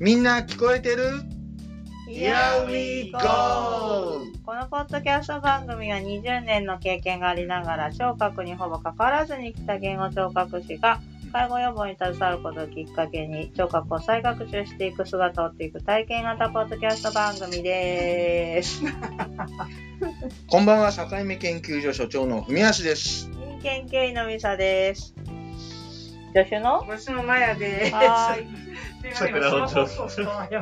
みんな聞こえてる Here we go! このポッドキャスト番組は20年の経験がありながら聴覚にほぼ関わらずに来た言語聴覚士が介護予防に携わることをきっかけに聴覚を再学習していく姿を追っていく体験型ポッドキャスト番組です。こんばんは、境目研究所所長の文橋です。人間系のみさです。助手の私もマヤでは す。ーい。桜をちょ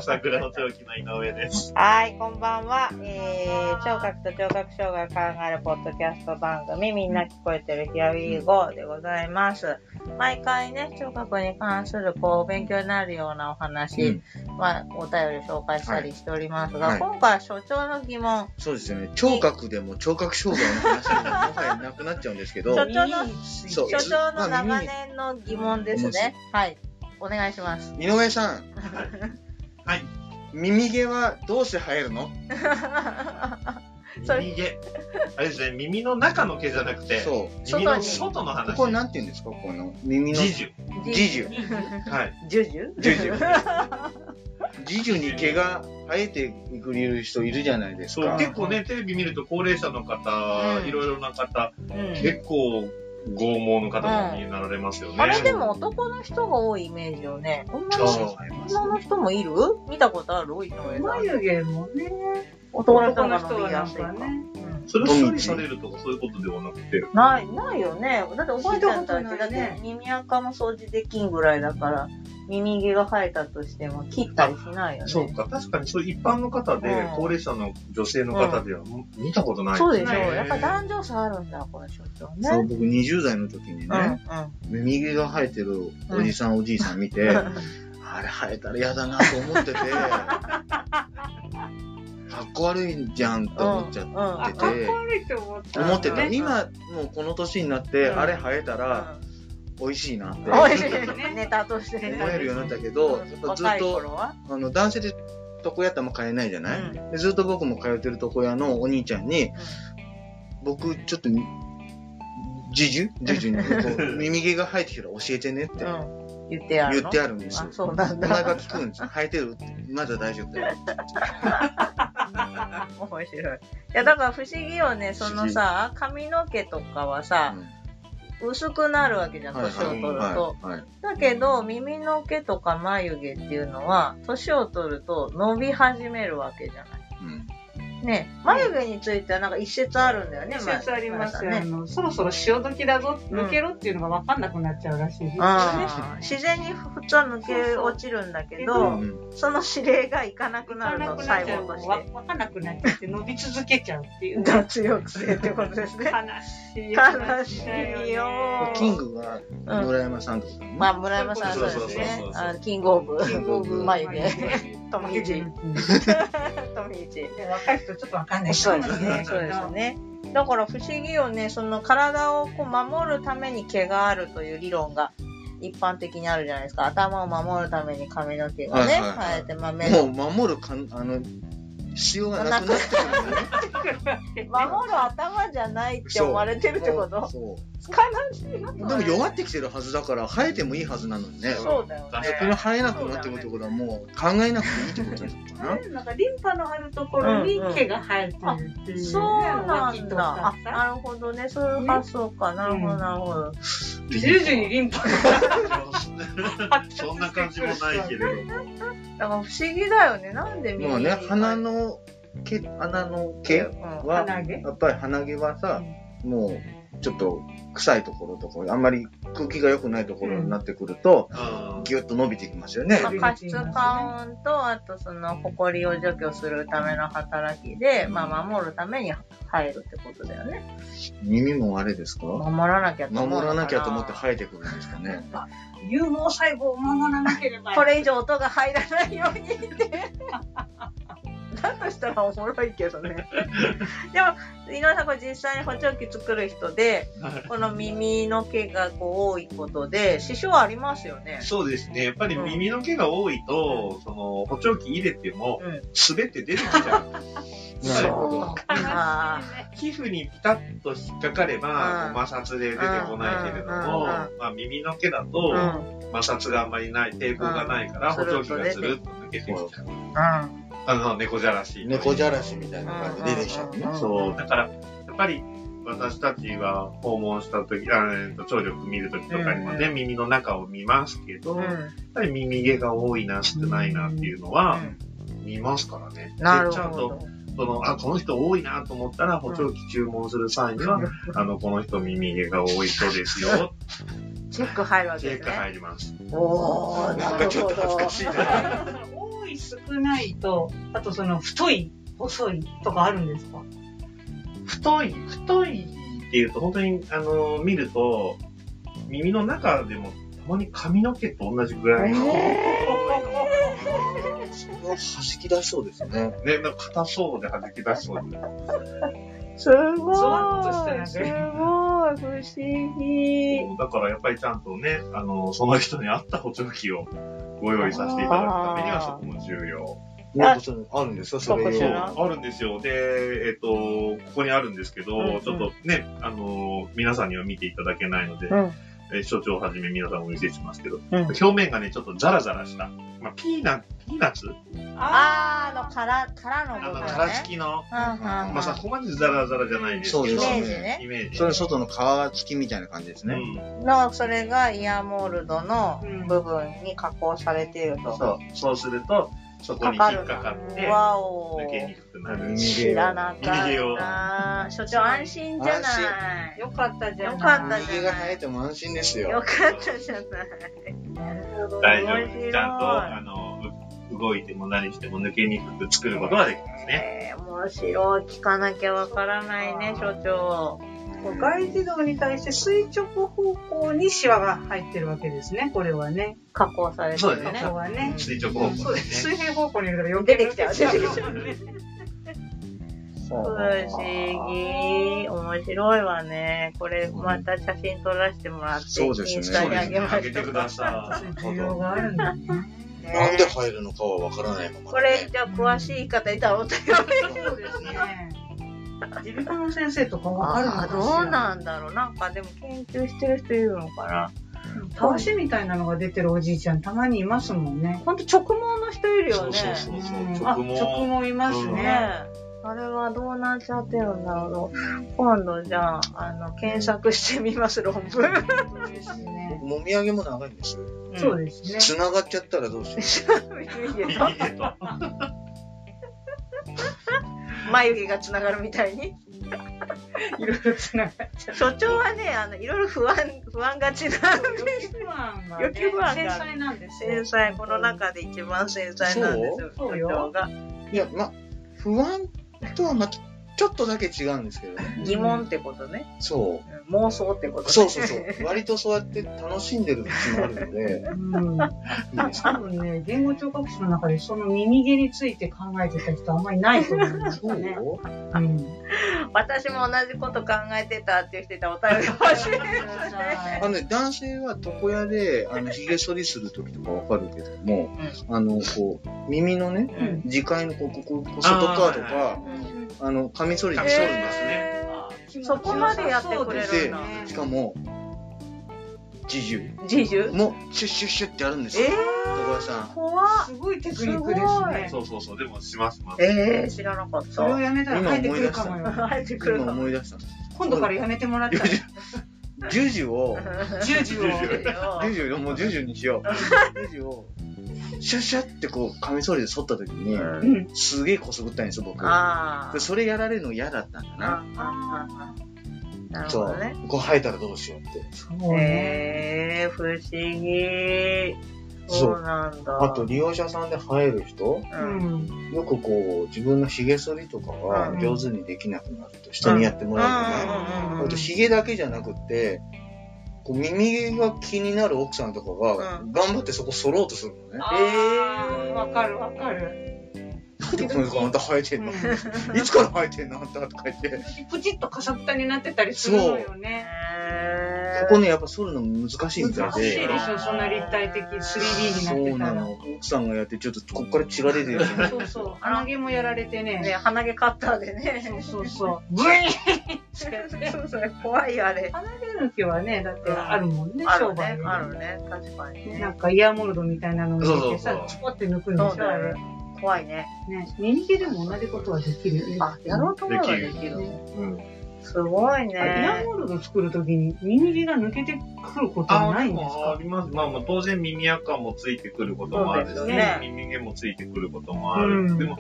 桜の長期の井上です。はい、こんばんは。えー、聴覚と聴覚障害を考えるポッドキャスト番組、みんな聞こえてる Here we go でございます。毎回ね、聴覚に関する、こう、勉強になるようなお話、まあ、お便り紹介したりしておりますが、はい今回は所長の疑問、そうですよね、聴覚でも聴覚障害の話がもはやなくなっちゃうんですけど ちょ、っとのそう所長のまあ長年の疑問ですね。はい、お願いします。井上さん、はい。耳毛はどうして生えるのそれ耳毛。あれですね、耳の中の毛じゃなくて、そ耳の外のう。こ話。こなんて言うんですかこの耳の。耳樹。耳樹。はい。ジュジュジュジ ュ。耳樹に毛が生えてくれる人いるじゃないですそう、か。結構ね、テレビ見ると高齢者の方、うんいろいろな方、うん結構、剛毛の方になられますよね。あれでも男の人が多いイメージよね。女そのう人女の人もいる見たことある井上さん。眉毛もね、男の人男がの伸人びはなやんすいかか。ね、うんそれを処理されるとかそういうことではなくて、ない、ないよね。だっておばあちゃんたち、聞いだたっことないねて耳垢も掃除できんぐらいだから、耳毛が生えたとしても切ったりしないよね。そうか、確かにそういう一般の方で、うん高齢者の女性の方では見たことない。そうでしょ。すね やっぱ男女差あるんだ、この所長そねう。僕20代の時にうん、ね、耳毛が生えてるおじさん、おじいさん見 て、あれ生えたら嫌だなと思ってて、かっこ悪いんじゃんと思っちゃっうん。あ、かっこ悪いと思ったた。思ってた。うん今、もうこの年になって、うんあれ生えたら、う美味しいなって。ん。おいしい思ネタとしてね。えるようになったけど、やっぱず若っいと、頃は。あの、男性で床屋ってあんま買えないじゃない、うんでずっと僕も通ってる床屋のお兄ちゃんに、僕、ちょっと、ジジュジュジュに、 こう耳毛が生えてきたら教えてねってうん。言ってやる言の。ってあるんですよあ、。そうなんおだ。前が聞くんですよ。生えてるまだ大丈夫だよ。面白い。いや、だから不思議よね、そのさ、髪の毛とかはさ、薄くなるわけじゃん、はい年を取ると。はいはいだけど、耳の毛とか眉毛っていうのは、年を取ると伸び始めるわけじゃない。うんね、眉毛についてはなんか一説あるんだよね、一説ありますよ、前あ々ね。のそろそろ潮時だぞ、抜けろっていうのが分かんなくなっちゃうらしいですよね。あー自然に普通は抜け落ちるんだけうど、うんその指令がいかなくな分るかの、んなくな細っちゃう胞わとして。分かんなくなっちゃって伸び続けちゃうっていう。 悲脱力性ってことですね。しい悲話しだよね。いよーキングが村山さんとかね、まあ、村山さんそうですねそうそうそう。そうあのキングオブキングオブ眉 毛。うん富一。富一。で若い人ちょっと分かんないそうですね。そうですね。だから不思議よね、その体をこう守るために毛があるという理論が一般的にあるじゃないですか。頭を守るために髪の毛がね、はいはいはい生えて豆もの。う守るかんあの必要がなくなってくるんだね。守る頭じゃないって思われてるってことそ悲しいな。う。でも弱ってきてるはずだから生えてもいいはずなのにね。そうだよね。それが生えなくなってくるってことはもう考えなくていいってことなのかな。なんかリンパのあるところに毛が生えてるっていう、ね。そうな脇んだ。とかあ、さ。なるほどね。そういう発想か。なるほど、なるほど。徐々にリンパが発達してくるそんな感じもないけれども。だから不思議だよね。なんで耳もうね鼻の毛鼻の毛うんは鼻毛やっぱり鼻毛はさ、もうちょっと臭いところとかあんまり空気が良くないところになってくると、あギュッと伸びてきますよね。まあ加湿感温と、あとその、埃を除去するための働きで、まあ、守るために入るってことだよね。耳もあれですか？守らなきゃと思うの守からなきゃと思って生えてくるんですかね。有毛細胞を守らなければ。これ以上音が入らないようにって。 だとしたらおもろいけどね。でも、井上さん、これ実際に補聴器作る人で、この耳の毛がこう多いことで、支障ありますよねー。そうですね。やっぱり耳の毛が多いと、その補聴器入れてもうん、すべて出てきちゃう。なるほそど。う悲しいあね。皮膚にピタッと引っかかれうばん摩擦で出てこないけれども、うんうまあ、耳の毛だうとん。摩擦があんまりない抵抗がないからう補ん聴器がつるっと抜けてきちゃううん。あの猫じゃらし猫じゃゃらしみたいな感じで出てきちゃうねうん。そうだからやっぱり私たちが訪問した時あえーと聴力見る時とかにもね、うん耳の中を見ますけど、うやっん。ぱり耳毛が多いな少ないなっていうのは見ますからね、なるでちゃんほとど。そのあこの人多いなと思ったら補聴器注文する際には、あの、この人耳毛が多い人 ですよ。チェック入るわチけェですックね。入ります。おー、ななんかるちょっほと恥ずどか。しいな。多い少ないと。あとその太い、細いとかあるんですか太い、太いっていうと、本当に、あの、見ると、耳の中でも、たまに髪の毛と同じぐらいの、弾き出しそうですね。ね、なんか硬そうで弾き出しそうで。すごい。ゾワッとしたなんかすごい、不思議。だからやっぱりちゃんとね、あの、その人に合った補聴器をご用意させていただくためには、そこも重要。なんかそのあるんですかそれそうかしをら。あるんですよ。で、えっ、と、ここにあるんですけど、うんうんちょっとね、あの、皆さんには見ていただけないので、うんえー所長をはじめ皆さんお見せしますけど、うん表面がね、ちょっとザラザラした、まあ、ピーナピーナッツあー、あの、殻、殻あの部の、分殻ね付。きの、うんうんうんまあ、そこまでザラザラじゃないですそうけでど、すイメージね。イメージ。それ外の皮付きみたいな感じですうね。んの、それがイヤーモールドの部分に加工されていると。そう、そうすると、そこに引っかかって、わお抜けにくくなる。耳知らなか逃げよった。所長安心じゃない。よかったじゃん。よかったじゃん右が生えても安心ですよよ。かったじゃない。大丈面夫白いちゃんと、あの、う動いても何しても抜けにくく作ることができますえね。ー、面白い。聞かなきゃわからないね、所長。外自動に対して垂直方向にシワが入ってるわけですね、これはね。加工されてそうるでこすねねこ。はね。垂直方向そうで。ですすね。水平方向にいるから余出計てきちゃう、出てきちゃう。不不思議。面白いわね。これ、また写真撮らせてもらって、そうですねインスタにあげまあしげょてください。需要があるんだね。うなんでね。入るのかはわからないまま。これ、。じゃあ、詳しい方いたらお便りそうですね。耳鼻科の先生とかわかる のああかしどらうなんだろうなんかでも研究してる人いるのかなたわしみたいなのが出てるおじいちゃんたまにいますもんね。ほんと直毛の人いるよねそうそうそうそう。あ、直毛。直毛いますねえね。あれはどうなっちゃってるんだろう今度じゃああの検索してみます論文、そうですね。もみあげも長いんですよ。そうでですね。繋がっちゃったらどうしよすいいねと 眉毛がつながるみたいにいろいろつながっちゃう。所長はねあのいろいろ不安不安がちな余計不安が、余計不安が繊細なんですよ繊細この中で一番繊細なんですよそう所長がう。いや、ま、不安とはまたちょっとだけ違うんですけどね。疑問ってことねそう。妄想ってことねそうそう そう。割とそうやって楽しんでる節もあるので、うん。いいです多ね。分ね、言語聴覚士の中でその耳毛について考えてた人あんまりいないと思うんですそよう ね。うん。私も同じこと考えてたっていう人いたらお便り欲しいですねあのね、男性は床屋で、あの、髭剃りするときとかわかるけども、あの、こう、耳のね、うん耳介のこう、ここ、こう外側とか、あの、カミソリで隠剃しるとんるんでですすね。ね。そこまでやってくれるんだそうですしねかも、自重自重も、シュッシュッシュッってやるんですえよ。ー、床屋さん。怖っすごいテクニックですね。そうそうそう。でもしますます。えー、知らなかっそれをたやめたら入ってくるかもよ。 入ってくる今の 思い出した。今度からやめてもらったら、ジュジュを、ジュジュを。ジュジュ、もうジュジュにしよう。ジュジュを、シュッシュッってこう、カミソリで剃ったときに、ううんん。すげえこすぐったんですよ、僕。あーで、それやられるの嫌だったんだな。あああなるほどねこう生えたらどうしようって。そうね。えー、不思議そうそうなんだあと、利用者さんで生える人、ううんん。よくこう、自分の髭剃りとかうがん上手にできなくなると、人にやってもらううんうんとうんか、うんあと、髭だけじゃなくって、こう耳が気になる奥さんとかが、う頑張ってそこ剃ろうとするのね。あーわかるわかる。なんでこの子あんた生えてんのいつから生えてんのあんたとか言って。プチッとかさぶたになってたりするのよね。えここね、やっぱ剃るの難しいみたい難しいでで。しょ、そんな立体的 3D そうにななってたら。の。奥さんがやって、ちょっとこっから血が出てる。そうそう。鼻毛もやられてね、ね。鼻毛カッターでね。そうそうそう。ブイーそうそう、怖いよ、あれ。鼻毛抜けはね、だってあるもんね、あ商る売ね、であるね、確かになんね。かイヤーモルドみたいなのを入れてそさう、そうチポって抜くんでそしうょ、あだれよ。怖いね。ね。耳毛でも同じことはできるよね。あ、やろうと思えばできる。うん。すごいイヤーね。モルド作るときに耳毛が抜けてくることあはーなでいんですもあかります。まあまあ当然耳垢もついてくることもあるしそうですね、耳毛もついてくることもあうる。んでも、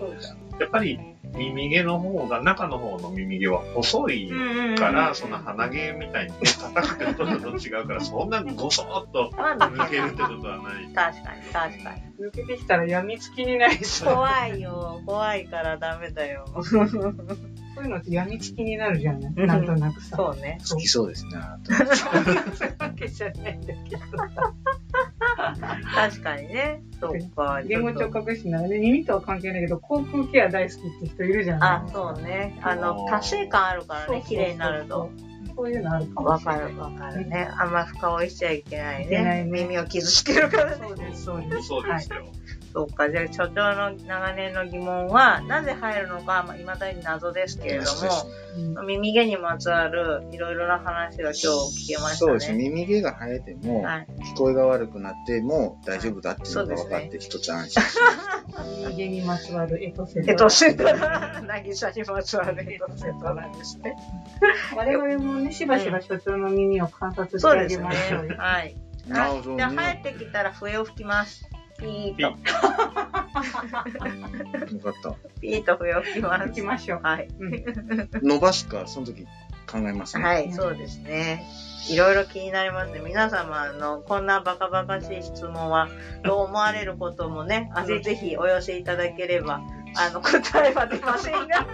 やっぱり耳毛の方が、中の方の耳毛は細いから、その鼻毛みたいにね、硬くて太るのと違うから、そんなにゴソッとまあ抜けるってことはない。確かに、確かに。抜けてきたら病みつきになりそう。怖いよ、怖いからダメだ よ。 そういうのって病みつきになるじゃないうんなんとなくさ。そうね。好きそうですね。そういうわけじゃないんだけど。確かにね。そうか。言語聴覚士ならね、耳とは関係ないけど、口腔ケア大好きって人いるじゃなあ、いそうね。あの、達成感あるからね、綺麗になると。。そういうのあるかもわしれかない。るわかるね。あんま深追いしちゃいけないいけなね。いね耳を傷してるから ね。そうです、そうです。そうですよ。そうか。じゃあ、所長の長年の疑問は、なぜ入るのか、まあ、未だに謎ですけれどうんも、耳毛にまつわるいろいろな話が今日聞けましたね。そうですね。耳毛が生えても、はい。聞こえが悪くなっても大丈夫だっていうのが分かって一つ安心。人間にまつわるエトセトえっと、セントラ、 渚にまつわるえっと、セントラですね。我々もね、しばしば所長の耳を観察してあげましょうよ。はい。なあるほじゃどあ、生えね。てきたら笛を吹きます。ピーピと、ッよかった。ピーと笛を吹きます。行きましょう。はい。うん伸ばすか、その時考えますね。はい、そうですね。いろいろ気になりますね。皆様、あの、こんなバカバカしい質問は、どう思われることもね、あの、ぜひお寄せいただければ、あの、答えは出ません が、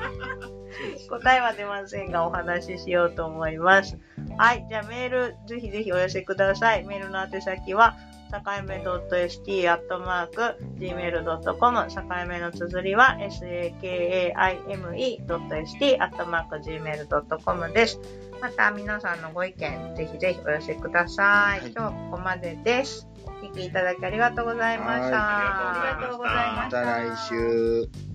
答えは出ませんが、お話ししようと思います。はい、じゃあメール、ぜひぜひお寄せください。メールの宛先は、さかいめ .st.gmail.com さかいめの綴りは sakaime.st.gmail.com です。また皆さんのご意見、ぜひぜひお寄せください。はい今日はここまでです。お聞きいただきありがとうございました。はいありがとうございましたまた来週。